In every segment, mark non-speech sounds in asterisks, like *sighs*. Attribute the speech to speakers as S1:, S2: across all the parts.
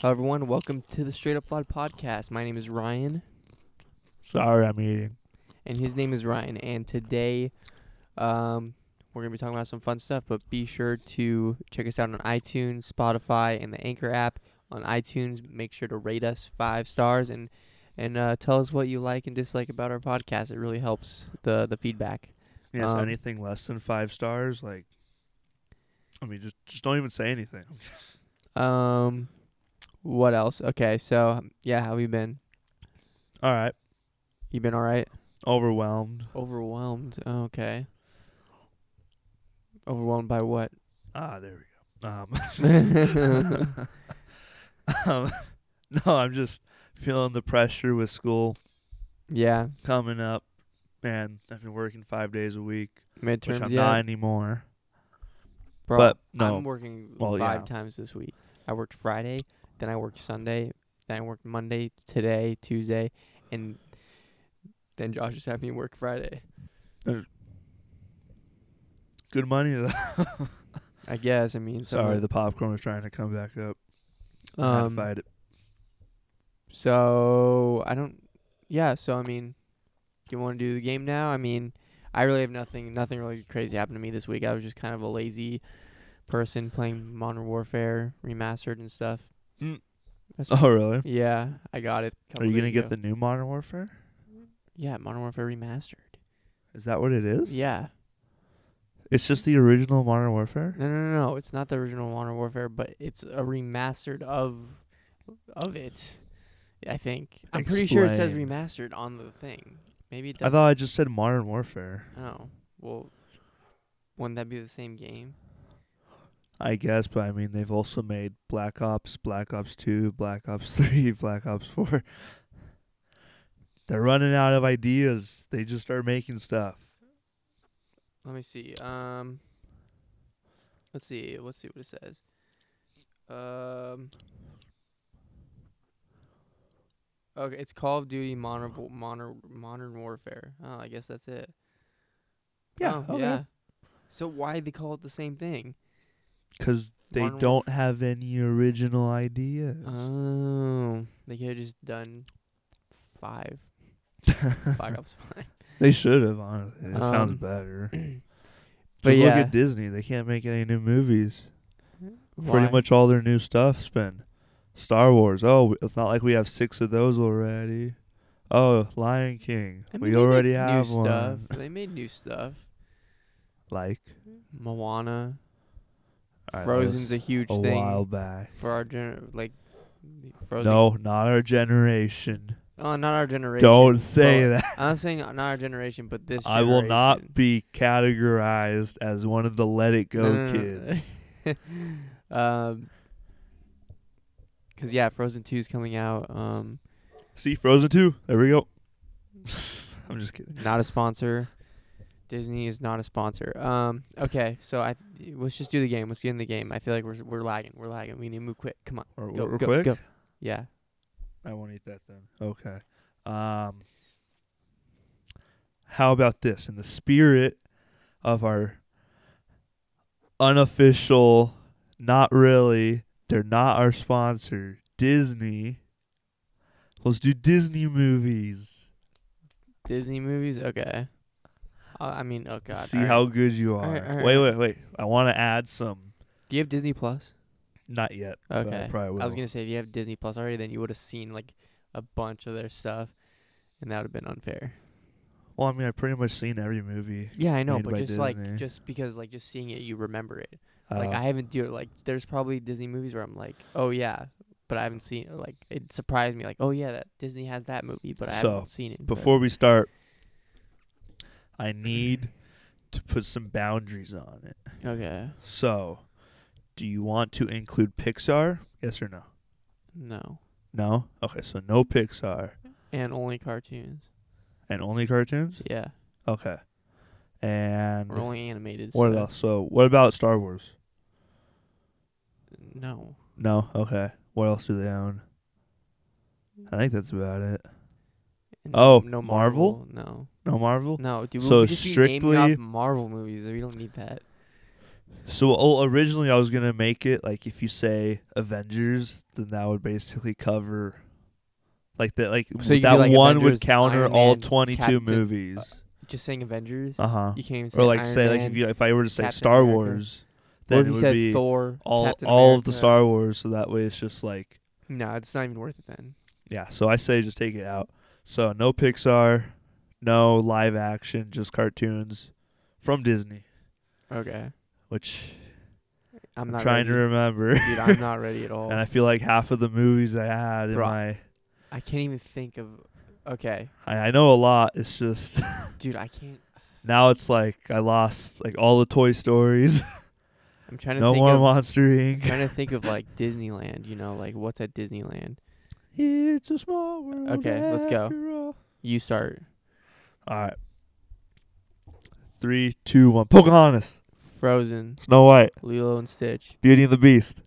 S1: Hello, everyone. Welcome to the Straight Up Vod podcast. My name is Ryan,
S2: Sorry, I'm eating.
S1: and his name is Ryan. And today, um, we're gonna be talking about some fun stuff. But be sure to check us out on iTunes, Spotify, and the Anchor app. On iTunes, make sure to rate us five stars and and uh, tell us what you like and dislike about our podcast. It really helps the the feedback.
S2: Yes,
S1: Um,
S2: anything less than five stars, like, I mean, just just don't even say anything.
S1: Um, what else? Okay, so yeah, how have you been?
S2: All right,
S1: You been all right?
S2: overwhelmed.
S1: Overwhelmed. Oh, okay. Overwhelmed by what?
S2: Ah, there we go. *laughs* Um, um, no, I'm just feeling the pressure with school
S1: Yeah,
S2: coming up, and I've been working five days a week, which
S1: midterms.
S2: I'm
S1: yeah,
S2: not anymore.
S1: bro.
S2: but no,
S1: I'm working
S2: Well,
S1: five
S2: yeah.
S1: times this week. I worked Friday, then I worked Sunday, then I worked Monday, today, Tuesday, and then Josh just had me work Friday.
S2: good money
S1: *laughs*
S2: though.
S1: I guess. I mean, some of
S2: Sorry,
S1: it-
S2: the popcorn was trying to come back up. I had to
S1: um,
S2: fight it. *laughs*
S1: so I don't. Yeah. So I mean, do you want to do the game now? I mean, I really have nothing. Nothing really crazy happened to me this week. I was just kind of a lazy person playing Modern Warfare remastered and stuff.
S2: Mm.
S1: That's
S2: Oh, really?
S1: Yeah, I got it.
S2: Are you gonna get the new Modern Warfare?
S1: Yeah, Modern Warfare remastered.
S2: Is that what it is?
S1: Yeah.
S2: It's just the original Modern Warfare.
S1: No, no, no, no. It's not the original Modern Warfare, but it's a remastered of of it. I think. I'm pretty sure it says
S2: Explain.
S1: remastered on the thing. Maybe it
S2: I
S1: doesn't.
S2: thought I just said Modern Warfare.
S1: Oh well, wouldn't that be the same game?
S2: I guess, but I mean, they've also made Black Ops, Black Ops 2, Black Ops *laughs* 3, Black Ops 4. They're running out of ideas. They just start making stuff.
S1: Let me see. Um, let's see. Let's see what it says. Um. Okay, it's Call of Duty Modern Wa- Modern Modern Warfare. Oh, I guess that's it.
S2: Yeah,
S1: Oh,
S2: okay.
S1: yeah. So why they call it the same thing?
S2: Because they
S1: Modern Warf-
S2: don't have any original ideas.
S1: Oh, they could have just done
S2: *laughs*
S1: five, five ops *laughs* five.
S2: They should have, honestly. It
S1: Um,
S2: sounds
S1: *clears throat*
S2: better.
S1: but
S2: just look
S1: yeah.
S2: at Disney. They can't make any new movies.
S1: Why?
S2: Pretty much all their new stuff's been Star Wars. Oh, it's not like we have six of those already. Oh, Lion King.
S1: I mean,
S2: we
S1: they make
S2: already
S1: new
S2: have one.
S1: Stuff. They made new
S2: *laughs*
S1: stuff.
S2: Like
S1: Moana.
S2: All right, that
S1: Frozen's
S2: was
S1: a huge
S2: a
S1: thing
S2: while back.
S1: for our gener like Frozen.
S2: No, not our generation.
S1: oh, not our generation.
S2: Don't say
S1: Well,
S2: that.
S1: I'm not saying uh, not our generation, but this.
S2: I will not
S1: generation.
S2: be categorized as one of the Let It Go
S1: No, no, no, no.
S2: kids.
S1: *laughs* Um, because yeah, Frozen Two is coming out. Um,
S2: See, Frozen two. There we go. *laughs* I'm just kidding.
S1: not a sponsor. Disney is not a sponsor. Um, okay, so I let's just do the game. Let's get in the game. I feel like we're we're lagging. We're lagging. We need to move quick. Come on,
S2: Or,
S1: go
S2: real
S1: go
S2: quick.
S1: go. Yeah.
S2: I won't eat that then. Okay. Um, how about this? In the spirit of our unofficial, not really, they're not our sponsor, Disney. Let's do Disney movies.
S1: Disney movies. Okay. Uh, I mean, oh god.
S2: See
S1: alright.
S2: how good you are.
S1: All right, all right.
S2: Wait, wait, wait. I want to add some.
S1: Do you have Disney Plus?
S2: Not yet. but
S1: Okay.
S2: I probably will.
S1: I was gonna say if you have Disney Plus already, then you would have seen like a bunch of their stuff, and that would have been unfair.
S2: well, I mean, I've pretty much seen every movie.
S1: Yeah, I know,
S2: Made
S1: but
S2: by
S1: just like
S2: Disney.
S1: just because like just seeing it, you remember it. like
S2: Uh,
S1: I haven't do like there's probably Disney movies where I'm like, oh yeah, but I haven't seen it. like it surprised me like oh yeah that Disney has that movie, but I
S2: So,
S1: haven't seen it but-
S2: before we start, I need to put some boundaries on it.
S1: Okay,
S2: So, do you want to include Pixar? Yes or no?
S1: no,
S2: No? Okay, so no Pixar
S1: and only cartoons.
S2: and only cartoons?
S1: Yeah,
S2: Okay. And
S1: or only animated.
S2: what
S1: so-
S2: else? So, what about Star Wars?
S1: No,
S2: No? Okay. What else do they own? I think that's about it.
S1: And
S2: Oh,
S1: no
S2: Marvel?
S1: No,
S2: No Marvel?
S1: no, dude.
S2: So
S1: we just be naming off
S2: strictly-
S1: Marvel movies. We don't need that.
S2: So oh, originally I was gonna make it like if you say Avengers, then that would basically cover, like that, like
S1: So you could do,
S2: that
S1: like,
S2: one
S1: Avengers,
S2: would counter
S1: Iron
S2: all
S1: Man,
S2: twenty-two
S1: Captain-
S2: movies.
S1: Just saying Avengers.
S2: Uh huh.
S1: You can't even say
S2: Or like
S1: Iron
S2: say
S1: Man.
S2: like if you if I were to say
S1: Captain
S2: Star
S1: America.
S2: Wars,
S1: Or
S2: then
S1: if
S2: it
S1: you
S2: would
S1: said
S2: be
S1: Thor,
S2: all
S1: Captain
S2: all of the
S1: America.
S2: Star Wars. So that way it's just like
S1: No, it's not even worth it then.
S2: yeah. So I say just take it out. So no Pixar, no live action, just cartoons from Disney,
S1: Okay,
S2: which
S1: I'm
S2: I'm,
S1: not
S2: trying to
S1: ready.
S2: remember.
S1: Dude, I'm not ready
S2: *laughs*
S1: at all.
S2: and I feel like half of the movies I had in
S1: Bro,
S2: my
S1: I can't even think of. Okay,
S2: I, I know a lot. It's just *laughs*
S1: dude, I can't.
S2: now it's like I lost like all the
S1: *laughs*
S2: Toy Stories.
S1: I'm trying to
S2: no
S1: think
S2: more
S1: of.
S2: Monster Inc.
S1: trying to think of
S2: *laughs*
S1: like Disneyland. You know, like what's at Disneyland?
S2: It's a small world.
S1: Okay, let's go.
S2: after All
S1: You start.
S2: All right. Three, two, one. Pocahontas,
S1: Frozen,
S2: Snow White,
S1: Lilo and Stitch.
S2: Beauty and the Beast.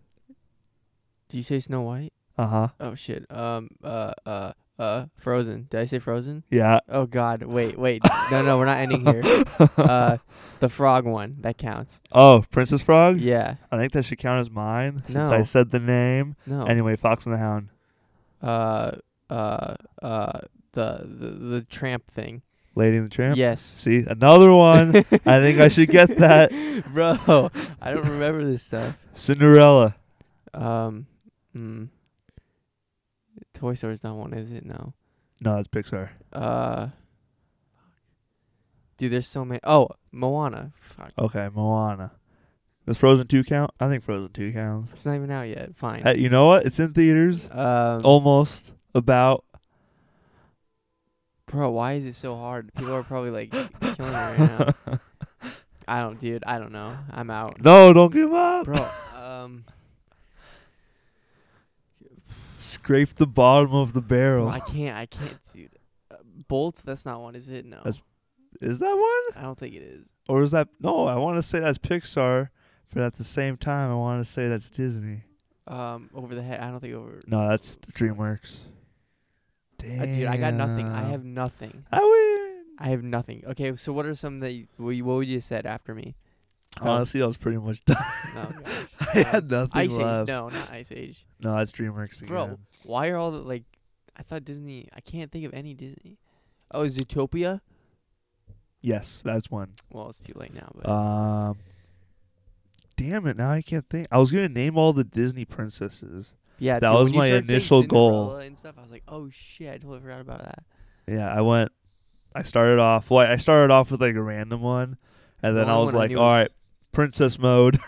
S1: Do you say Snow White?
S2: Uh huh.
S1: Oh shit. Um. Uh. Uh. Uh. Frozen. Did I say Frozen?
S2: Yeah.
S1: Oh God. Wait. Wait. no. No. We're not ending here. Uh, the frog one that counts.
S2: *laughs* oh, Princess Frog.
S1: Yeah.
S2: I think that should count as mine since
S1: No.
S2: I said the name.
S1: No.
S2: Anyway, Fox and the Hound.
S1: uh. Uh. Uh. The the the tramp thing.
S2: Lady and the Tramp.
S1: Yes.
S2: See
S1: *laughs*
S2: another one. I think I should get that. Oh.
S1: Bro, I don't remember this stuff.
S2: Cinderella.
S1: Um. Mm, Toy Story's not one, is it? No.
S2: No, that's Pixar.
S1: Uh. Dude, there's so many. Oh, Moana. Fuck.
S2: Okay, Moana. Does Frozen two count? I think Frozen two counts.
S1: It's not even out yet. Fine.
S2: Hey, you know what? It's in theaters.
S1: um,
S2: Almost about.
S1: Bro, why is it so hard? People are probably like killing me right now. I don't, dude. I don't know. I'm
S2: *coughs*
S1: out,
S2: No, don't give up.
S1: bro. Um,
S2: Scrape the bottom of the
S1: bro,
S2: barrel.
S1: I can't. I can't, dude. Uh, Bolt. That's not one, is it? No,
S2: That's- Is that one?
S1: I don't think it is.
S2: Or is that no? I want to say that's Pixar, but at the same time, I want to say that's Disney.
S1: Um, over the head. I don't think over.
S2: No, that's DreamWorks. Damn.
S1: Uh, dude, I got nothing. I have nothing.
S2: I win.
S1: I have nothing. Okay, so what are some that you, what you, what would you have said after
S2: *laughs*
S1: me? Um,
S2: Honestly, I was pretty much *laughs*
S1: *laughs*
S2: done.
S1: no, gosh.
S2: I had nothing
S1: Ice
S2: left.
S1: Age. No, not Ice Age.
S2: No, that's DreamWorks again.
S1: Bro, Why are all the like? I thought Disney. I can't think of any Disney. Oh, Zootopia.
S2: Yes, that's one.
S1: Well, it's too late now. But
S2: Um, damn it! Now I can't think. I was gonna name all the Disney princesses.
S1: yeah,
S2: that
S1: dude,
S2: was
S1: when you
S2: my
S1: started saying
S2: initial goal.
S1: Cinderella And stuff. I was like, oh shit, I totally forgot about that.
S2: Yeah, I went. I started off. Well, I started off with like a random one, and then
S1: The
S2: I
S1: only
S2: was
S1: one
S2: like,
S1: knew
S2: all right, princess mode. *laughs*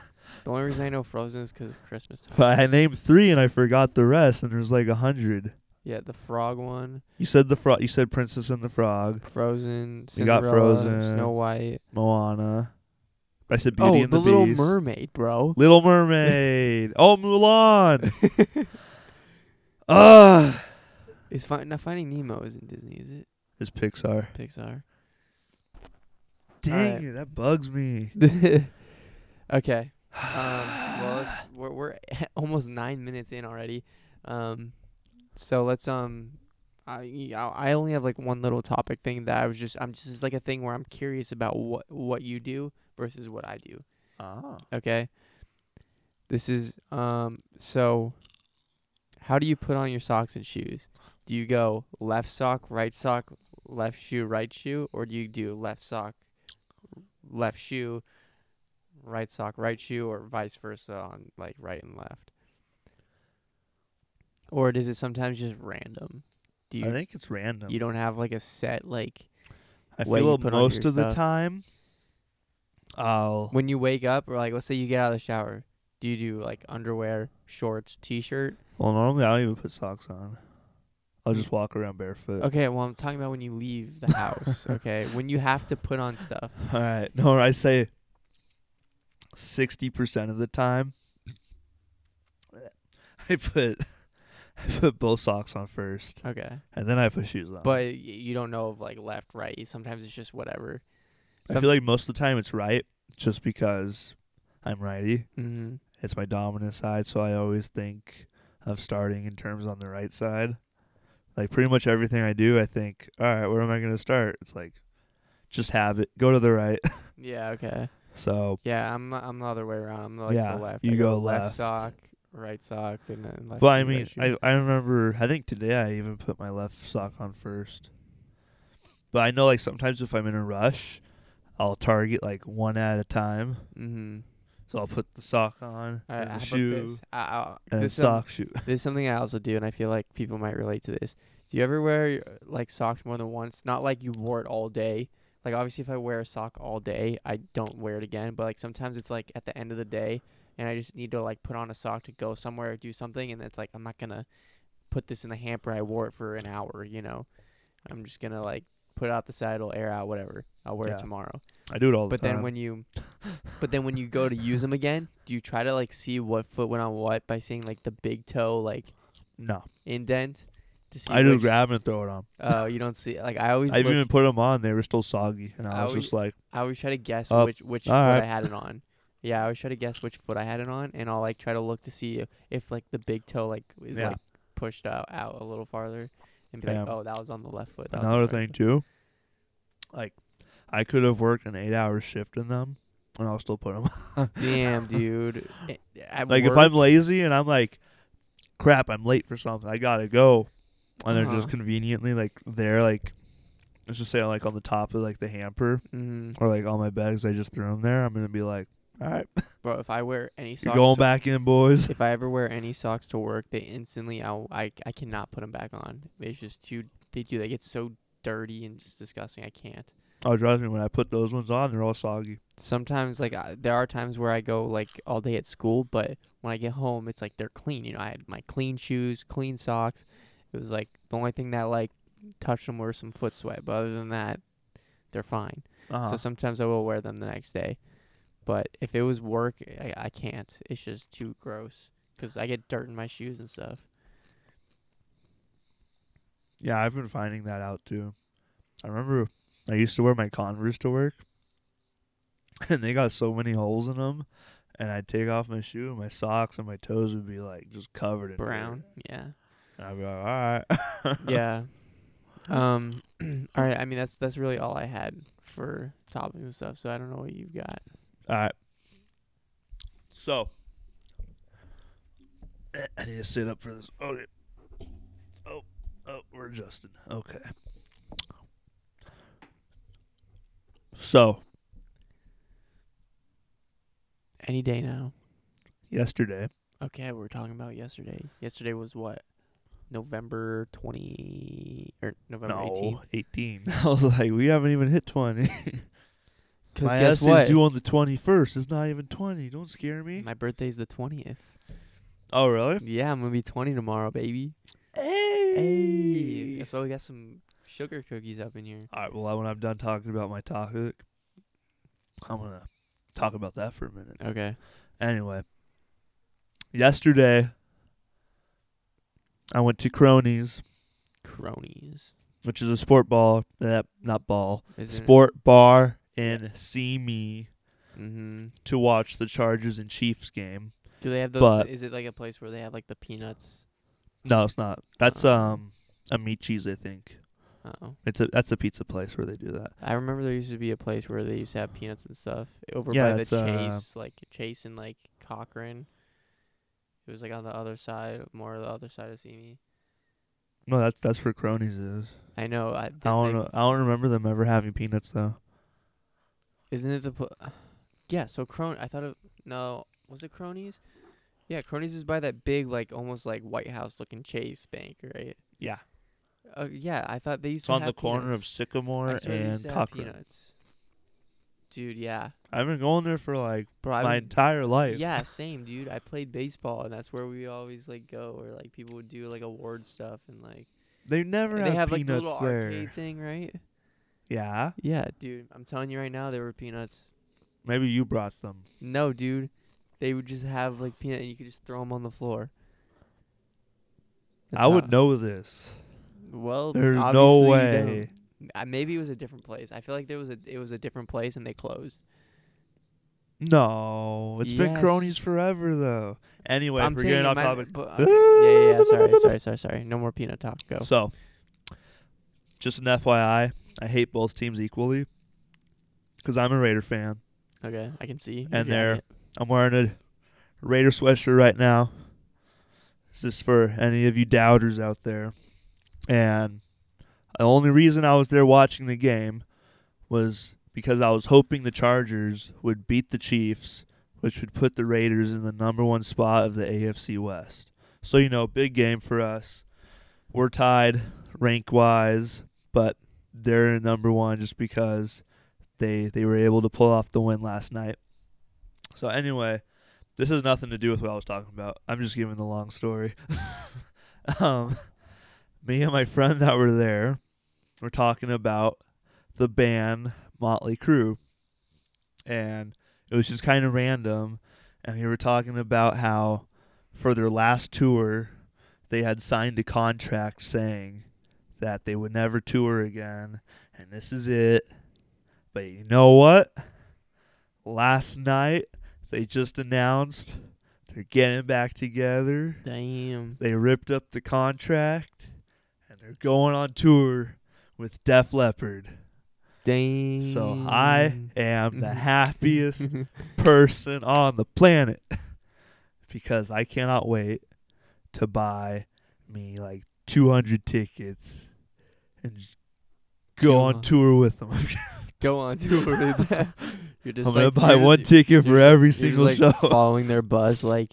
S1: The only reason I know Frozen is 'cause it's Christmas time.
S2: but I named three, and I forgot the rest, and there's like a hundred.
S1: yeah, the frog one,
S2: You said the frog. You said Princess and the Frog,
S1: Frozen,
S2: You got
S1: Cinderella,
S2: Frozen.
S1: Snow White.
S2: Moana. I said Beauty
S1: oh,
S2: and
S1: the,
S2: the,
S1: Little
S2: Beast.
S1: Mermaid, bro.
S2: Little Mermaid.
S1: *laughs*
S2: oh, Mulan. Ah,
S1: Is fi- now Finding Nemo isn't Disney, is it?
S2: it's Pixar.
S1: Pixar.
S2: Dang
S1: right.
S2: it, that bugs me.
S1: *laughs* okay. Um, well, let's, we're we're *laughs* almost nine minutes in already. Um, so let's um, I I I only have like one little topic thing that I was just I'm just it's like a thing where I'm curious about what what you do versus what I do.
S2: Ah.
S1: Okay. This is um so. How do you put on your socks and shoes? Do you go left sock, right sock, left shoe, right shoe, or do you do left sock, left shoe, right sock, right shoe, or vice versa on like right and left? Or does it sometimes just random? Do
S2: I
S1: you
S2: think it's random.
S1: you don't have like a set like
S2: I
S1: way you
S2: feel
S1: put on
S2: most
S1: your
S2: of the
S1: stuff.
S2: time, I'll
S1: when you wake up or like let's say you get out of the shower, do you do like underwear, shorts, t-shirt?
S2: well normally I don't even put socks on. I'll just walk around barefoot.
S1: Okay, well, I'm talking about when you leave the
S2: *laughs*
S1: house, okay? When you have to put on stuff.
S2: All right, no, I say sixty percent of the time, *laughs* I put *laughs* I put both socks on first,
S1: Okay.
S2: and then I put shoes on.
S1: But y- you don't know of like left, right. Sometimes it's just whatever.
S2: I feel like most of the time it's right, just because I'm righty.
S1: Mm-hmm.
S2: It's my dominant side, so I always think of starting in terms on the right side. Like pretty much everything I do, I think, all right, *laughs* where am I going to start? It's like, just have it, go to the right.
S1: Yeah, okay.
S2: So
S1: Yeah, I'm I'm the other way around. I'm like
S2: Yeah,
S1: the left.
S2: you
S1: I
S2: go left.
S1: left sock, right sock, and then left.
S2: Well, I
S1: shoe, right
S2: mean,
S1: shoe.
S2: I, I remember, I think today I even put my left sock on first. But I know, like, sometimes if I'm in a rush, I'll target, like, one at a time.
S1: Mhm.
S2: So I'll put the sock on,
S1: All right,
S2: and
S1: how about
S2: the shoe,
S1: this? I- I-
S2: and
S1: this
S2: the
S1: um, is some-
S2: sock shoe.
S1: This is something I also do, and I feel like people might relate to this. Do you ever wear uh, like socks more than once? Not like you wore it all day. Like obviously, if I wear a sock all day, I don't wear it again. But like sometimes it's like at the end of the day, and I just need to like put on a sock to go somewhere or do something, and it's like I'm not gonna put this in the hamper. I wore it for an hour, you know. I'm just gonna like put it out the side, it'll air out, whatever. I'll wear
S2: Yeah.
S1: it tomorrow.
S2: I do it all the
S1: But
S2: time.
S1: then when
S2: *laughs*
S1: you, but then when you go to use them again, do you try to like see what foot went on what by seeing like the big toe like
S2: no,
S1: indent to see.
S2: I do
S1: which-
S2: grab 'em and throw it on.
S1: Oh, you don't see. Like I
S2: *laughs*
S1: always,
S2: I
S1: look, Oh,
S2: even put them on; they were still soggy, and I,
S1: I
S2: was
S1: always-
S2: just like,
S1: I always try to guess
S2: Up.
S1: which which foot
S2: All right.
S1: I had it on. Yeah, I always try to guess which foot I had it on, and I'll like try to look to see if like the big toe like is
S2: Yeah.
S1: like pushed out, out a little farther, and be
S2: Damn.
S1: like, oh, that was on the left foot. That was on the
S2: another
S1: right
S2: thing
S1: foot."
S2: too. Like, I could have worked an eight-hour shift in them, and I'll still put them.
S1: Damn, dude. It- at
S2: like if
S1: work-
S2: I'm lazy and I'm like, crap, I'm late for something, I gotta go, and they're just
S1: Uh-huh.
S2: conveniently like there, like let's just say like on the top of like the hamper
S1: Mhm.
S2: or like all my bags, I just threw them there. I'm gonna be like, all right,
S1: bro, if I wear any
S2: you're
S1: socks,
S2: going
S1: to-
S2: back in, boys. *laughs*
S1: if I ever wear any socks to work, they instantly I'll, I I cannot put them back on. It's just too they do they get so dirty and just disgusting. I can't.
S2: Oh, trust me, when I put those ones on, they're all soggy.
S1: Sometimes like I, there are times where I go like all day at school, but when I get home, it's like they're clean. You know, I had my clean shoes, clean socks. It was like the only thing that like touched them were some foot sweat, but other than that, they're fine.
S2: Uh-huh.
S1: So sometimes I will wear them the next day. But if it was work, I, I can't. It's just too gross because I get dirt in my shoes and stuff.
S2: Yeah, I've been finding that out too. I remember I used to wear my Converse to work, *laughs* and they got so many holes in them. And I'd take off my shoe, and my socks, and my toes would be like just covered in dirt.
S1: Brown, yeah.
S2: And I'd be *laughs* like, all right.
S1: yeah. Um. *clears throat* all right. I mean, that's that's really all I had for topics and stuff. So I don't know what you've got.
S2: all right. So, *clears throat* I need to sit up for this. Okay. Oh, oh, we're adjusted. Okay. So,
S1: Any day now.
S2: yesterday,
S1: Okay, we were talking about yesterday. Yesterday was what? November twenty or November eighteenth.
S2: no, 18. *laughs* I was like, we haven't even hit 20.
S1: *laughs* Because
S2: My
S1: guess
S2: essay's
S1: what?
S2: due on the 21st. It's not even 20. Don't scare me.
S1: My birthday's the twentieth.
S2: oh, really?
S1: Yeah, I'm gonna be twenty tomorrow, baby. Hey,
S2: Hey.
S1: that's why we got some sugar cookies up in here.
S2: All right, well, when I'm done talking about my topic, I'm going to talk about that for a minute.
S1: Okay.
S2: Anyway, yesterday, I went to Cronies,
S1: Cronies.
S2: which is a sport ball, eh, not ball,
S1: Isn't it?
S2: sport bar in Simi
S1: Mhm.
S2: to watch the Chargers and Chiefs game.
S1: Do they have those?
S2: But-
S1: is it like a place where they have like the peanuts?
S2: No, it's not. That's
S1: Oh.
S2: um Amici's, I think.
S1: Oh,
S2: It's a that's a pizza place where they do that.
S1: I remember there used to be a place where they used to have peanuts and stuff over
S2: Yeah,
S1: by the
S2: it's, uh,
S1: Chase, like Chase and like Cochrane. It was like on the other side, more the other side of Simi.
S2: No, that's that's where Cronies is.
S1: I know. I,
S2: I
S1: they-
S2: don't know, I don't remember them ever having peanuts though.
S1: Isn't it the pl- *sighs* Yeah, so Cron I thought of no, was it Cronies? Yeah, Cronies is by that big like almost like White House looking Chase bank, right?
S2: Yeah,
S1: Uh, yeah, I thought they used
S2: it's
S1: to
S2: on
S1: have
S2: the corner
S1: peanuts.
S2: of Sycamore
S1: I swear they used
S2: and
S1: to have
S2: Cochrane.
S1: peanuts. Dude, yeah.
S2: I've been going there for like
S1: Bro, I
S2: my
S1: would-
S2: entire life.
S1: Yeah, same, dude. I played baseball, and that's where we always like go, or like people would do like award stuff, and like
S2: they never
S1: and
S2: have,
S1: they have like the
S2: peanuts
S1: little
S2: there.
S1: arcade thing, right?
S2: Yeah,
S1: Yeah, dude. I'm telling you right now, there were peanuts.
S2: maybe you brought them.
S1: No, dude. They would just have like peanut, and you could just throw them on the floor. That's
S2: I would
S1: how-
S2: know this.
S1: Well,
S2: There's no
S1: obviously you don't.
S2: way.
S1: Uh, Maybe it was a different place. I feel like there was a it was a different place, and they closed.
S2: No, it's been cronies
S1: Yes.
S2: forever though. Anyway,
S1: I'm
S2: we're
S1: saying
S2: getting
S1: it
S2: off
S1: might-
S2: topic.
S1: but- okay. yeah, yeah, yeah. Sorry, sorry, sorry, sorry. No more peanut talk. Go.
S2: So, just an FYI, I hate both teams equally because I'm a Raider fan
S1: Okay, I can see.
S2: And
S1: You're
S2: they're-
S1: on it.
S2: I'm wearing a Raider sweatshirt right now. This is for any of you doubters out there. And the only reason I was there watching the game was because I was hoping the Chargers would beat the Chiefs, which would put the Raiders in the number one spot of the AFC West. So, you know, big game for us. We're tied rank wise, but they're in number one just because they they were able to pull off the win last night. So anyway, this has nothing to do with what I was talking about. I'm just giving the long story. *laughs* um, me and my friend that were there were talking about the band Motley Crue, and it was just kind of random. And we were talking about how for their last tour, they had signed a contract saying that they would never tour again, and this is it. But you know what? Last night, they just announced they're getting back together.
S1: Damn.
S2: They ripped up the contract and they're going on tour with Def Leppard.
S1: Damn.
S2: So I
S1: Mm. *laughs*
S2: am the happiest person on the planet *laughs* because I cannot wait to buy me like 200 tickets and j- go
S1: Kill
S2: on
S1: 'em.
S2: tour with *laughs* them.
S1: *laughs* Go on tour with them. *laughs* You're just
S2: I'm going
S1: like-
S2: to buy
S1: you're just-
S2: one ticket
S1: you're
S2: for
S1: just-
S2: every
S1: you're
S2: single
S1: just, like,
S2: show.
S1: Following their buzz like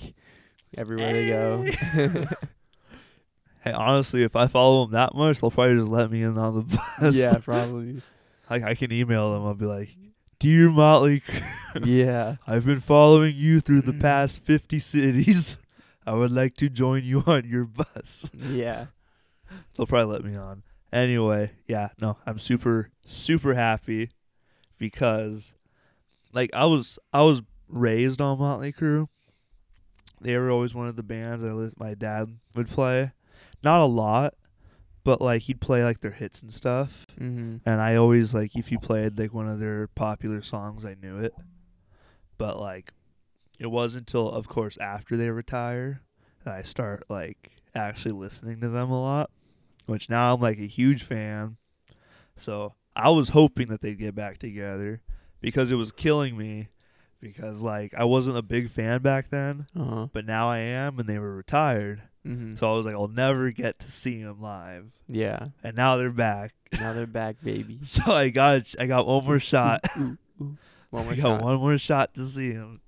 S1: everywhere they *laughs* go.
S2: Hey, honestly, if I follow them that much, they'll probably just let me in on the *laughs* bus.
S1: yeah, probably.
S2: like I can email them. I'll be like, "Dear Motley, Crue,
S1: Yeah.
S2: I've been following you through the past fifty cities. *laughs* I would like to join you on your bus."
S1: Yeah.
S2: They'll probably let me on. Anyway, yeah, no, I'm super super happy because, like, I was I was raised on Motley Crue. They were always one of the bands I lis- my dad would play, not a lot, but like he'd play like their hits and stuff
S1: Mm-hmm.
S2: and I always like if you played like one of their popular songs, I knew it. But like, it wasn't until, of course, after they retire that I start like actually listening to them a lot. Which now I'm like a huge fan. So I was hoping that they'd get back together because it was killing me. Because like I wasn't a big fan back then,
S1: Uh-huh.
S2: but now I am, and they were retired.
S1: Mm-hmm.
S2: So I was like, I'll never get to see them live.
S1: yeah.
S2: And now they're back.
S1: Now they're back,
S2: *laughs*
S1: baby.
S2: So I got I got one more shot.
S1: *laughs* One more
S2: *laughs* I got
S1: shot.
S2: one more shot to see him.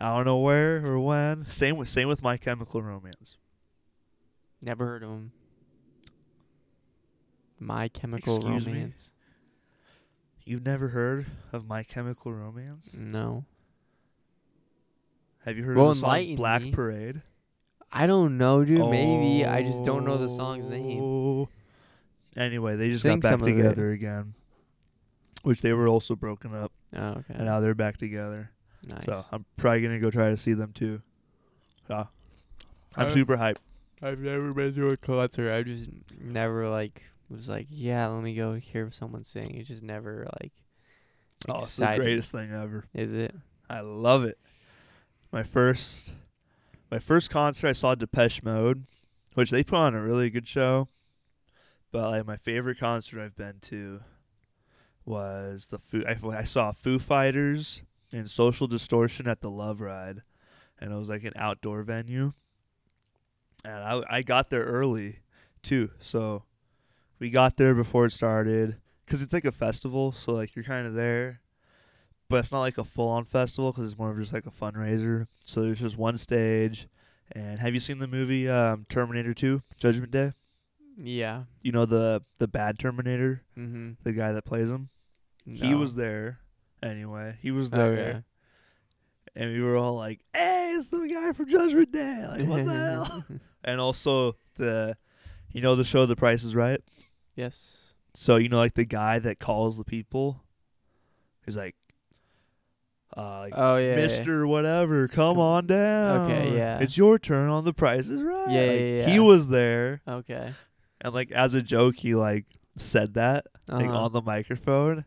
S2: I don't know where or when. Same with same with My Chemical Romance.
S1: Never heard of him. My Chemical
S2: Excuse me?
S1: Romance.
S2: You've never heard of My Chemical Romance?
S1: No.
S2: Have you heard
S1: Well,
S2: of the song
S1: enlighten
S2: Black
S1: me.
S2: Parade?
S1: I don't know, dude. Maybe I just don't know the song's name.
S2: Oh. Anyway, they just
S1: Sing
S2: got
S1: some
S2: back
S1: of it.
S2: together again, which they were also broken up,
S1: Oh, okay.
S2: and now they're back together.
S1: nice.
S2: So I'm probably gonna go try to see them too. So, I'm
S1: Uh,
S2: super hyped.
S1: I've never been to a concert. I just never like was like, yeah, let me go hear someone sing. It's just never like
S2: Oh, it's the
S1: excited.
S2: greatest thing ever.
S1: Is it?
S2: I love it. My first, my first concert, I saw Depeche Mode, which they put on a really good show. But like my favorite concert I've been to was the Foo. I, I saw Foo Fighters and Social Distortion at the Love Ride, and it was like an outdoor venue. And I I got there early, too. So we got there before it started because it's like a festival. So like you're kind of there but it's not like a full on festival because it's more of just like a fundraiser. So there's just one stage. And have you seen the movie um, Terminator 2 Judgment Day?
S1: Yeah.
S2: You know the the bad Terminator,
S1: Mm-hmm.
S2: the guy that plays him. He was there. Anyway, he was there,
S1: Oh yeah.
S2: and we were all like, "Hey, it's the guy from Judgment Day!" Like, what
S1: *laughs*
S2: the hell? And also the, you know, the show The Price is Right.
S1: Yes.
S2: So you know, like the guy that calls the people, is like, uh, like
S1: Oh yeah. yeah, yeah.
S2: Mister Whatever, come on down.
S1: Okay, yeah.
S2: It's your turn on The Price is Right.
S1: Yeah,
S2: Like,
S1: yeah,
S2: He
S1: yeah.
S2: was there,
S1: Okay.
S2: and like as a joke, he like said that like
S1: Uh-huh.
S2: on the microphone.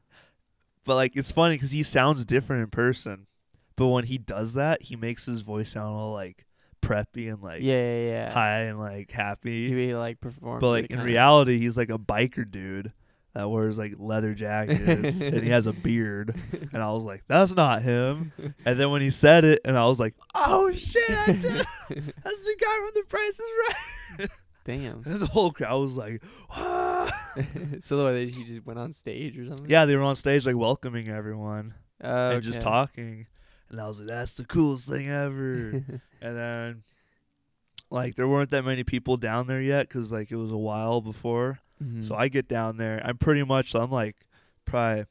S2: But like it's funny because he sounds different in person, but when he does that, he makes his voice sound all like preppy and like
S1: yeah, yeah, yeah.
S2: high and like happy.
S1: He like performed.
S2: but like in reality, he's like a biker dude that wears like
S1: *laughs*
S2: leather jackets and he has a beard. And I was like, that's not him. And then when he said it, and I was like, oh shit, *laughs* that's him. That's the guy from The Price is Right.
S1: *laughs* Damn.
S2: And *laughs* the whole crowd was like, "Ah."
S1: so the way that he just went on stage or something.
S2: yeah, they were on stage like welcoming everyone
S1: Oh,
S2: and just
S1: okay.
S2: talking. And I was like, that's the coolest thing
S1: *laughs*
S2: *laughs* ever. and then, like, there weren't that many people down there yet because, like, it was a while before.
S1: Mhm.
S2: So I get down there. I'm pretty much, I'm like, probably,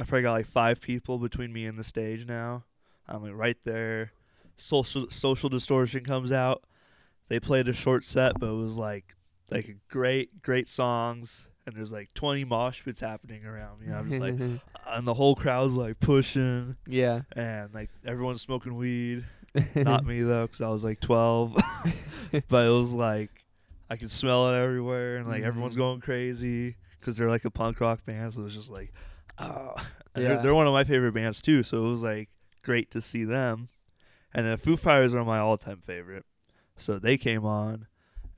S2: I probably got like five people between me and the stage now. I'm like right there. Social Social Distortion comes out. They played a short set, but it was like like great great songs. And there's like 20 mosh pits happening around me. I'm
S1: *laughs*
S2: just like, and the whole crowd's like pushing,
S1: yeah.
S2: and like everyone's smoking weed.
S1: *laughs*
S2: Not me though, because I was like 12. *laughs* but it was like I could smell it everywhere, and like everyone's
S1: Mhm.
S2: going crazy because they're like a punk rock band. So it was just like, oh, And
S1: Yeah.
S2: they're, they're one of my favorite bands too. So it was like great to see them. And then Foo Fighters are my all-time favorite, so they came on,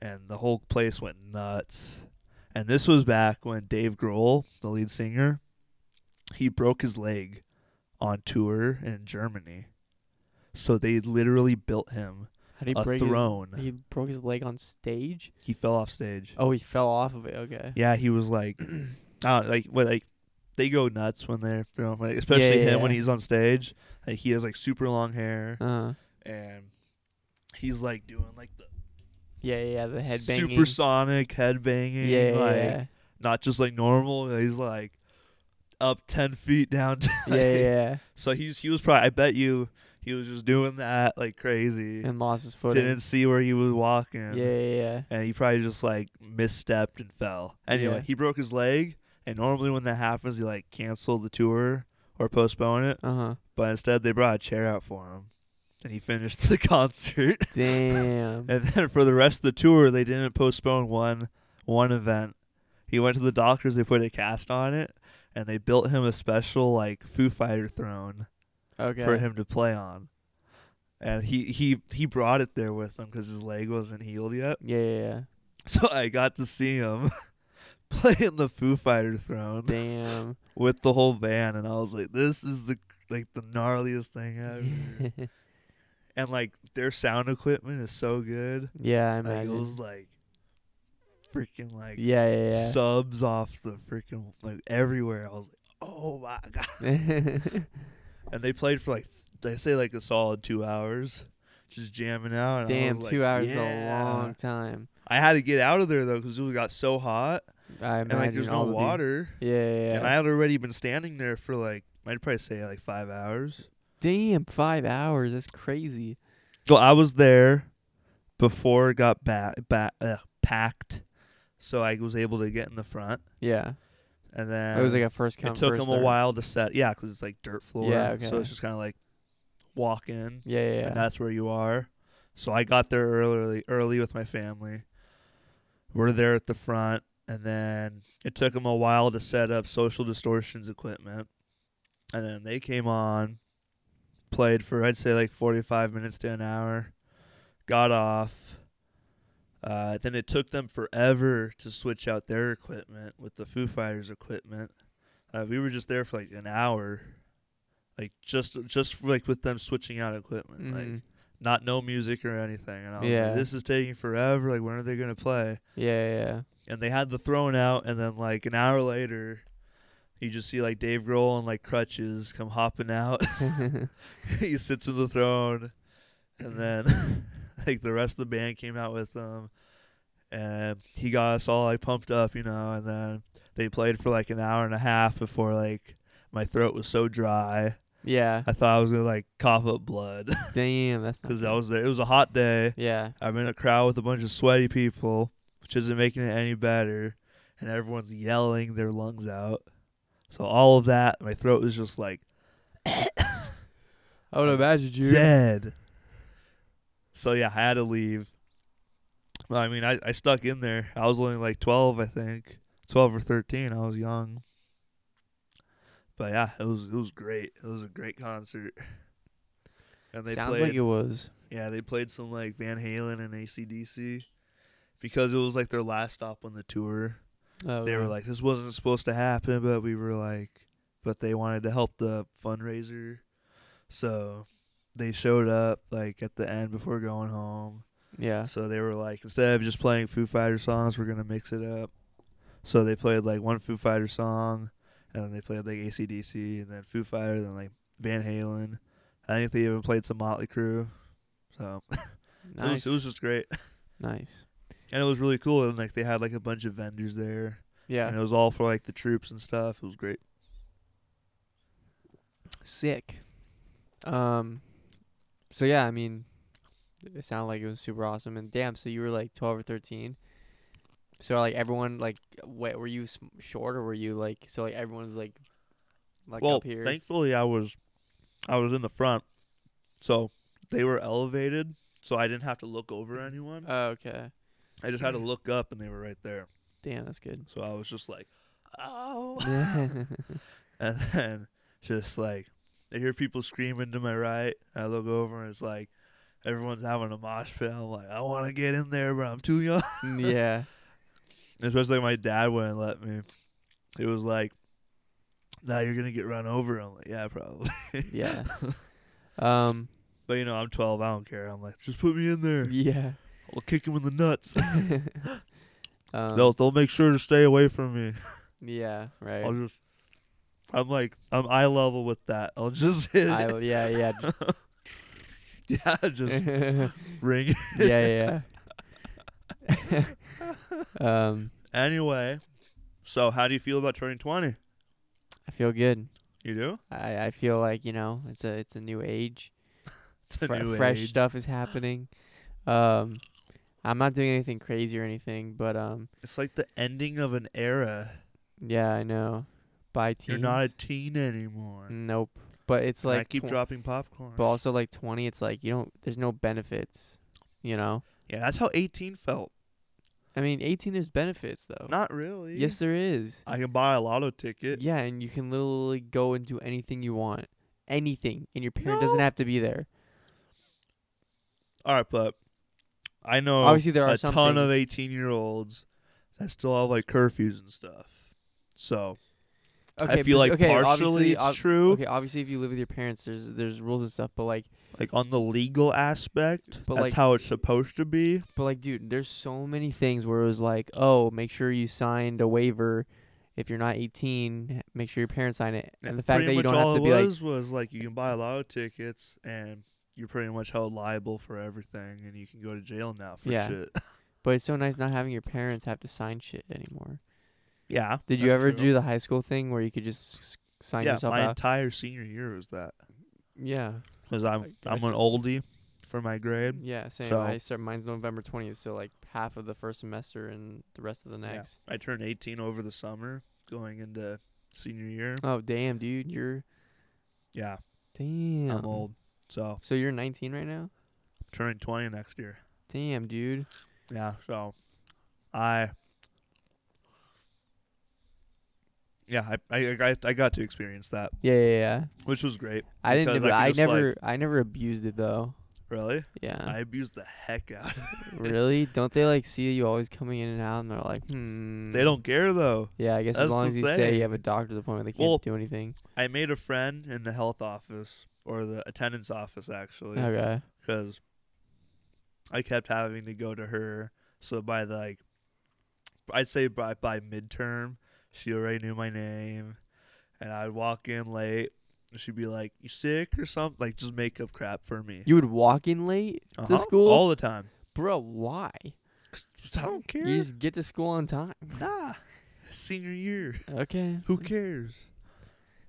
S2: and the whole place went nuts. And this was back when Dave Grohl, the lead singer, he broke his leg on tour in Germany. So they literally built him
S1: How did he
S2: a
S1: break
S2: throne.
S1: His, he broke his leg on stage.
S2: He fell off stage.
S1: Oh, he fell off of it. Okay.
S2: Yeah, he was like, *clears throat* I don't, like, what, like, they go nuts when they're throwing, like, especially
S1: yeah,
S2: him when
S1: yeah.
S2: he's on stage. Like, he has like super long hair,
S1: Uh,
S2: and he's like doing like the
S1: yeah, yeah, yeah, the head banging.
S2: supersonic head banging,
S1: yeah, yeah,
S2: like
S1: yeah,
S2: not just like normal. He's like up ten feet down. *laughs*
S1: yeah, yeah, yeah,
S2: So he's he was probably. I bet you he was just doing that like crazy. *laughs*
S1: and lost his footing.
S2: Didn't see where he was
S1: yeah,
S2: walking.
S1: yeah, yeah.
S2: and he probably just like misstepped and fell. Anyway,
S1: Yeah.
S2: he broke his leg, and normally when that happens, you like cancel the tour or postpone it.
S1: Uh huh.
S2: But instead, they brought a chair out for him, and he finished *laughs* the concert. *laughs*
S1: Damn.
S2: and then for the rest of the tour, they didn't postpone one one event. He went to the doctors. They put a cast on it, and they built him a special like Foo Fighter throne
S1: Okay.
S2: *laughs* for him to play on. And he he he brought it there with him because his leg wasn't healed yet.
S1: Yeah, yeah,
S2: *laughs*
S1: yeah.
S2: So I got to see him *laughs* playing the Foo Fighter throne
S1: Damn.
S2: with the whole band, and I was like, "This is the like the gnarliest thing
S1: *laughs*
S2: ever." and like their sound equipment is so good.
S1: yeah, I
S2: Like, it
S1: imagine.
S2: was like freaking like
S1: yeah, yeah, yeah.
S2: subs off the freaking like everywhere. I was like, "Oh my *laughs* god!" And they played for like they say like a solid two hours, just jamming out. and
S1: *laughs*
S2: I
S1: Damn,
S2: was
S1: two
S2: like,
S1: hours is a
S2: "Yeah."
S1: long time.
S2: I had to get out of there though because it got so hot.
S1: I
S2: and like there's
S1: imagine
S2: no
S1: all the people-
S2: water.
S1: Yeah, yeah,
S2: And
S1: yeah.
S2: I had already been standing there for like I'd probably say like five hours.
S1: Damn, five hours. That's crazy.
S2: Well, I was there before it got ba- ba- uh, packed, so I was able to get in the front.
S1: Yeah,
S2: And then
S1: it was like a first come.
S2: it took
S1: first
S2: them a
S1: served.
S2: while to set. Yeah, because it's like dirt floor.
S1: Yeah,
S2: So
S1: okay.
S2: it's just kind of like walk in,
S1: Yeah, yeah, yeah.
S2: and that's where you are. So I got there early, early with my family. We're there at the front, and then it took them a while to set up Social Distortion's equipment, and then they came on, played for I'd say like forty-five minutes to an hour, got off. Uh, then it took them forever to switch out their equipment with the Foo Fighters equipment. Uh, we were just there for like an hour, like just just like with them switching out equipment, like
S1: Mhm.
S2: not no music or anything. And I was
S1: Yeah.
S2: like, this is taking forever. Like, when are they going to play?
S1: yeah, yeah,
S2: And they had the throne out, and then, like, an hour later, you just see, like, Dave Grohl and, like, crutches come hopping out.
S1: yeah. *laughs*
S2: *laughs* he sits in the throne, and then, *laughs* like, the rest of the band came out with them. And he got us all, like, pumped up, you know, and then they played for, like, an hour and a half before, like, my throat was so dry.
S1: yeah.
S2: I thought I was going to, like, cough up blood *laughs*
S1: Damn, that's not
S2: because
S1: good.
S2: I was there. It was a hot day.
S1: Yeah.
S2: I'm in a crowd with a bunch of sweaty people, which isn't making it any better, and everyone's yelling their lungs out. So all of that, my throat was just like
S1: I would imagine you.
S2: dead. So yeah, I had to leave. Well, I mean, I, I stuck in there. I was only like 12, I think, 12 or 13. I was young. But yeah, it was it was great. It was a great concert. And they
S1: Sounds
S2: played
S1: like it was.
S2: Yeah, they played some like Van Halen and ACDC because it was like their last stop on the tour.
S1: Oh,
S2: They were
S1: yeah.
S2: like, this wasn't supposed to happen, but we were like, but they wanted to help the fundraiser. So they showed up like at the end before going home.
S1: yeah,
S2: So they were like, instead of just playing Foo Fighter songs, we're gonna mix it up. So they played like one Foo Fighter song, and then they played like ACDC, and then Foo Fighter, then like Van Halen. I think they even played some Motley Crue. So *laughs* it,
S1: nice,
S2: was, it was just great,
S1: nice.
S2: and it was really cool. And like they had like a bunch of vendors there, and
S1: Yeah,
S2: it was all for like the troops and stuff. It was great.
S1: sick. Um, so yeah, I mean, it sounded like it was super awesome. And damn, so you were like twelve or thirteen. So like everyone like, wait, were you s- short or were you like so like everyone's like, like
S2: well,
S1: up here?
S2: thankfully I was, I was in the front, so they were elevated, so I didn't have to look over anyone.
S1: oh, okay.
S2: I just had to look up, and they were right there.
S1: Damn, that's
S2: *laughs*
S1: good. *laughs*
S2: So I was just like, oh. *laughs*
S1: yeah,
S2: and then just like, I hear people screaming to my right. I look over and it's like, everyone's having a mosh pit. I'm like, I want to get in there, but I'm too young. *laughs* Especially my dad wouldn't let me. It was like, now you're going to get run over. I'm like, yeah, probably. *laughs*
S1: yeah. Um,
S2: But you know, I'm 12. I don't care. I'm like, just put me in there. *laughs*
S1: yeah.
S2: I'll kick him in the nuts.
S1: um,
S2: they'll, they'll make sure to stay away from me.
S1: Yeah, right.
S2: I'll just, I'm like, I'm eye level with that. I'll just hit
S1: I,
S2: *laughs* it.
S1: yeah, yeah.
S2: *laughs* yeah, just
S1: *laughs*
S2: *laughs*
S1: yeah,
S2: ring. it.
S1: yeah.
S2: *laughs*
S1: yeah. um,
S2: Anyway, so how do you feel about turning 20?
S1: I feel good.
S2: You do?
S1: I, I feel like you know it's a it's a new age.
S2: It's a
S1: Fre-
S2: new
S1: fresh
S2: age.
S1: stuff is happening. Um, I'm not doing anything crazy or anything, but um,
S2: It's like the ending of an era.
S1: yeah, I know. By teens,
S2: You're not a teen anymore.
S1: nope. But it's
S2: And
S1: like
S2: I keep
S1: tw-
S2: dropping popcorn.
S1: But also like 20, it's like you don't. There's no benefits. You know.
S2: Yeah, that's how 18 felt.
S1: I mean, 18. There's benefits though.
S2: Not really.
S1: Oh. yes, there is.
S2: I can buy a lotto ticket.
S1: Yeah, and you can literally go and do anything you want. Anything. And your parent doesn't
S2: No.
S1: have to be there.
S2: All right, but I know
S1: Obviously, there are
S2: Oh, a
S1: some
S2: ton of
S1: things-
S2: 18 year olds that still have like curfews and stuff. So I feel
S1: but-
S2: like
S1: okay,
S2: partially
S1: obviously,
S2: it's
S1: ob-
S2: true.
S1: Okay, obviously if you live with your parents, there's there's rules and stuff, but like
S2: like on the legal aspect,
S1: But,
S2: that's
S1: like-
S2: how it's supposed to be.
S1: but like dude, there's so many things where it was like, "Oh, make sure you signed a waiver if you're not 18, make sure your parents sign it." And the fact
S2: pretty
S1: that you
S2: much
S1: don't
S2: all
S1: have to
S2: it
S1: be like
S2: was was like you can buy a lot of tickets and you're pretty much held liable for everything, and you can go to jail now for
S1: Yeah.
S2: shit. *laughs*
S1: but it's so nice not having your parents have to sign shit anymore.
S2: yeah.
S1: Did you ever do the high school thing where you could just s- sign
S2: Yeah,
S1: yourself
S2: my
S1: out?
S2: entire senior year was that
S1: yeah.
S2: because I'm
S1: I- I
S2: I'm an
S1: see.
S2: oldie for my grade.
S1: Yeah, same.
S2: So-
S1: I start mine's November twentieth, so like half of the first semester and the rest of the
S2: Yeah.
S1: next.
S2: I turned 18 over the summer, going into senior year.
S1: Oh damn, dude, you're
S2: Yeah,
S1: damn.
S2: I'm old, so
S1: So you're nineteen right now.
S2: turning 20 next year.
S1: Damn, dude.
S2: Yeah, so I yeah, I, I I I got to experience that,
S1: Yeah, yeah, yeah.
S2: which was great.
S1: I didn't.
S2: because
S1: Never, I,
S2: could just, like-
S1: never. Oh. I never abused it though.
S2: really. I *laughs*
S1: Yeah.
S2: abused the heck out. of it.
S1: really? Don't they like see you always coming in and out, and they're like, hmm.
S2: they don't care though.
S1: Yeah, I guess as
S2: That's
S1: long
S2: the
S1: as you say
S2: thing.
S1: you have a doctor's appointment, they can't
S2: Well,
S1: do anything.
S2: I made a friend in the health office or the attendance office actually
S1: Okay.
S2: because I kept having to go to her. So by the, like, I'd say by by midterm, she already knew my name, and I'd walk in late. And she'd be like, "You sick or something?" Like just make up crap for me.
S1: You would walk in late
S2: Uh-huh,
S1: to school,
S2: all the time.
S1: bro. Why?
S2: 'Cause I don't care.
S1: You just get to school on time.
S2: nah, senior year.
S1: Okay.
S2: Who cares?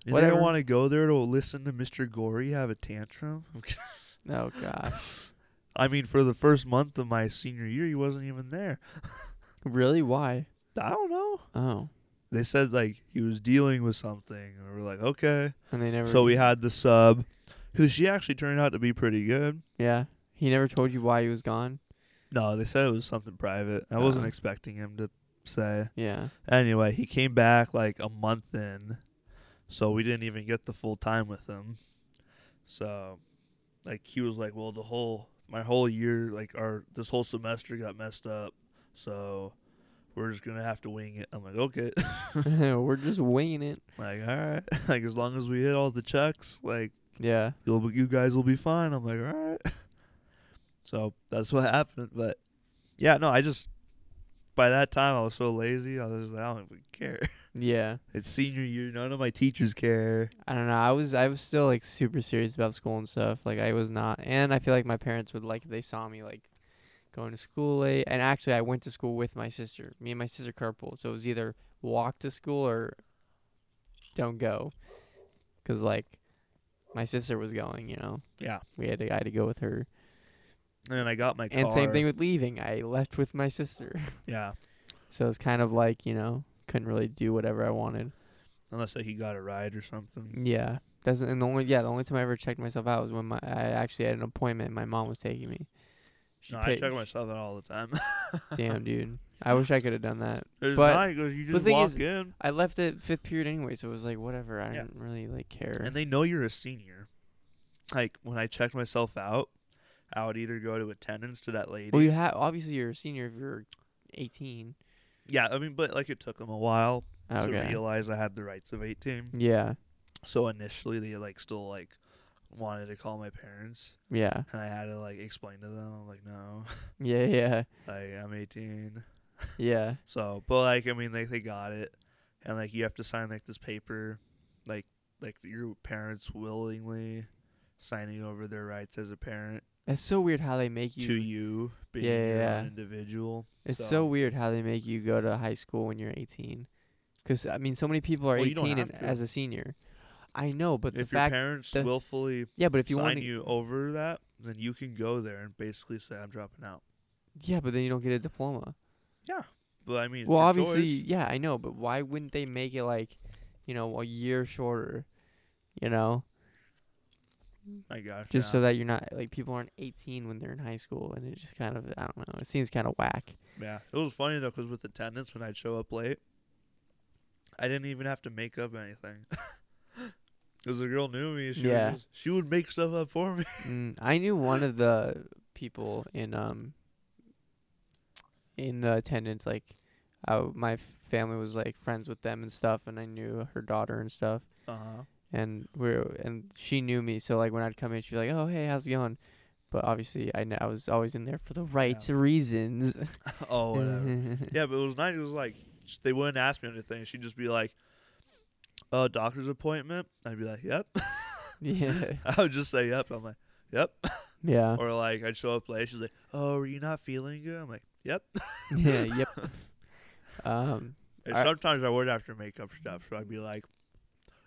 S2: You think I
S1: Whatever.
S2: want to go there to listen to Mr. Gorey have a tantrum? I'm kid-
S1: *laughs* Oh gosh.
S2: I mean, for the first month of my senior year, he wasn't even there.
S1: really? Why?
S2: I don't know.
S1: Oh.
S2: They said like he was dealing with something, and we were like, okay.
S1: And they never.
S2: So we had the sub, who she actually turned out to be pretty good.
S1: Yeah. He never told you why he was gone.
S2: No, they said it was something private. I wasn't
S1: Oh.
S2: expecting him to say. *laughs*
S1: Yeah. *laughs*
S2: Anyway, he came back like a month in, so we didn't even get the full time with him. So, like he was like, "Well, the whole my whole year, like our this whole semester got messed up, so we're just gonna have to wing it. I'm like, okay, *laughs*
S1: We're just winging it.
S2: like all right, *laughs* like as long as we hit all the checks, like
S1: Yeah.
S2: you'll be- you guys will be fine. I'm like, all right. *laughs* So that's what happened. But yeah, no, I just by that time I was so lazy. I was just like, I don't even care. *laughs*
S1: Yeah.
S2: It's senior year. None of my teachers care.
S1: I don't know. I was I was still like super serious about school and stuff. Like I was not, and I feel like my parents would like if they saw me like going to school late. And actually, I went to school with my sister. Me and my sister carpool, so it was either walk to school or don't go, because like my sister was going. You know,
S2: Yeah.
S1: we had to, I had to go with her.
S2: And then I got my
S1: And same
S2: car.
S1: thing with leaving. I left with my sister, *laughs*
S2: Yeah.
S1: so it's kind of like you know couldn't really do whatever I wanted.
S2: Unless like he got a ride or something.
S1: Yeah. Doesn't and the only yeah the only time I ever checked myself out was when my I actually had an appointment. and My mom was taking *laughs* me. She
S2: No, I
S1: paid-
S2: check myself out all the time. *laughs*
S1: Damn, dude. I wish I could have done that.
S2: It's
S1: But-
S2: not, 'cause you
S1: but
S2: just
S1: the thing
S2: walk
S1: is-
S2: in
S1: I left at fifth period anyway, so it was like whatever. I
S2: Yeah.
S1: didn't really like care.
S2: and they know you're a senior. Like when I checked myself out, I would either go to attendance to that lady.
S1: well, you have obviously you're a senior if you're 18.
S2: yeah, I mean, but like it took them a while to
S1: Okay.
S2: realize I had the rights of 18.
S1: Yeah.
S2: So initially they like still like wanted to call my parents,
S1: Yeah.
S2: and I had to like explain to them I'm like no,
S1: Yeah. Yeah.
S2: like I'm 18.
S1: Yeah.
S2: So, but like I mean, like they got it, and like you have to sign like this paper, like like your parents willingly signing over their rights as a parent
S1: It's so weird how they make you.
S2: to you being
S1: Yeah,
S2: your
S1: yeah,
S2: own
S1: yeah.
S2: individual.
S1: it's so.
S2: so-
S1: weird how they make you go to high school when you're 18. Because I mean, so many people are
S2: Well, you don't
S1: 18
S2: have
S1: and,
S2: to.
S1: as a senior. I know, but the
S2: If your
S1: fact
S2: parents
S1: the-
S2: willfully
S1: yeah, but if you
S2: sign
S1: want to
S2: you over that, then you can go there and basically say I'm dropping out.
S1: yeah, but then you don't get a diploma.
S2: But I mean, it's
S1: Well,
S2: your
S1: obviously,
S2: choice.
S1: yeah, I know, but why wouldn't they make it like, you know, a year shorter? You know,
S2: my gosh,
S1: just
S2: yeah.
S1: so that you're not like people aren't 18 when they're in high school, and it just kind of I don't know, it seems kind of whack.
S2: yeah, it was funny though because with attendance when I'd show up late, I didn't even have to make up anything. *laughs* Because the girl knew me, she, would
S1: Yeah.
S2: just- she would make stuff up for me. *laughs*
S1: mm, I knew one of the people in um in the attendance, like, I, my f- family was like friends with them and stuff, and I knew her daughter and stuff.
S2: Uh
S1: Uh-huh.
S2: huh.
S1: and we're and she knew me so like when i'd come in she'd be like oh hey how's it going but obviously i know i was always in there for the right reasons
S2: Oh, whatever.
S1: Mm-hmm. *laughs*
S2: yeah, but it was nice. It was like sh- they wouldn't ask me anything. She'd just be like, "Uh, doctor's appointment." I'd be like, "Yep." *laughs*
S1: yeah
S2: I would just say, "Yep." I'm like, "Yep."
S1: Uh-huh.
S2: *laughs*
S1: yeah
S2: Or like I'd show up late. She's like, "Oh, are you not feeling good?" I'm like, "Yep."
S1: *laughs* yeah yep um *laughs*
S2: And
S1: I-
S2: sometimes I would have to make up stuff, so I'd be like,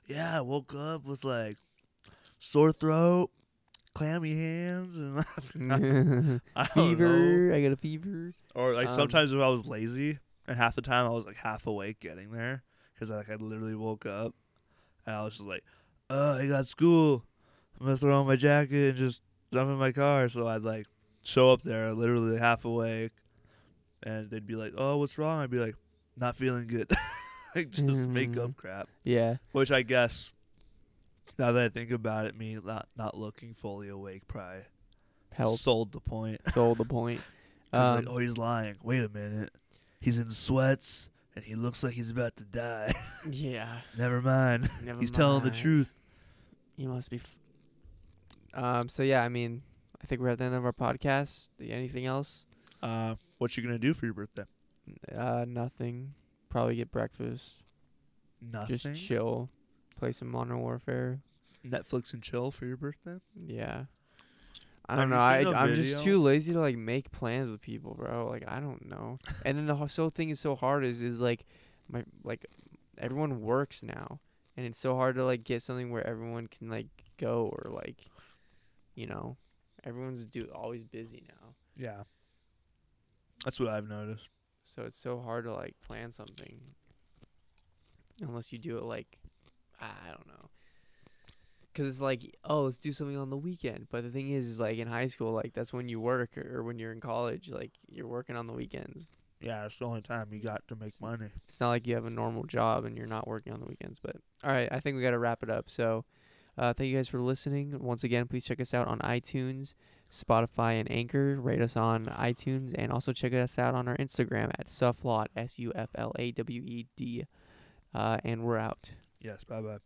S2: "Yeah, I woke up with like sore throat, clammy hands, and I don't know."
S1: fever i got a fever
S2: Or like
S1: Um,
S2: sometimes if I was lazy and half the time I was like half awake getting there because like I literally woke up and I was just like, "Oh, I got school. I'm gonna throw on my jacket and just jump in my car." So I'd like show up there literally half awake, and they'd be like, "Oh, what's wrong?" I'd be like, "Not feeling good." *laughs* like just make up crap,
S1: yeah
S2: which I guess. Now that I think about it, me not not looking fully awake probably *laughs*
S1: help
S2: sold the point.
S1: sold the point
S2: Cause
S1: um,
S2: like, oh, he's lying. Wait a minute. He's in sweats and he looks like he's about to die. *laughs*
S1: yeah
S2: Never mind.
S1: never
S2: oh. he's telling the
S1: mind.
S2: truth.
S1: you must be f- um so yeah i mean i think we're at the end of our podcast anything else
S2: Uh, what you gonna do for your birthday?
S1: uh nothing probably get breakfast
S2: Nothing.
S1: just chill, play some Modern Warfare.
S2: Netflix and chill for your birthday.
S1: Yeah. I
S2: Have
S1: don't know.
S2: you
S1: I
S2: seen the
S1: I'm just
S2: video?
S1: too lazy to like make plans with people, bro. Like I don't know. And then the whole so thing is so hard is is like my like everyone works now, and it's so hard to like get something where everyone can like go or like, you know, everyone's do always busy now.
S2: Yeah. That's what I've noticed.
S1: So it's so hard to like plan something. Unless you do it like I don't know. Cuz it's like, oh, let's do something on the weekend. But the thing is is like in high school like that's when you work or, or when you're in college like you're working on the weekends.
S2: Yeah, it's the only time you got to make money.
S1: It's not like you have a normal job and you're not working on the weekends, but all right, I think we got to wrap it up. So uh, thank you guys for listening. Once again, please check us out on iTunes, Spotify, and Anchor. Rate us on iTunes and also check us out on our Instagram at Sufflawed, S U F L A W E D. Uh, and we're out.
S2: Yes, bye bye.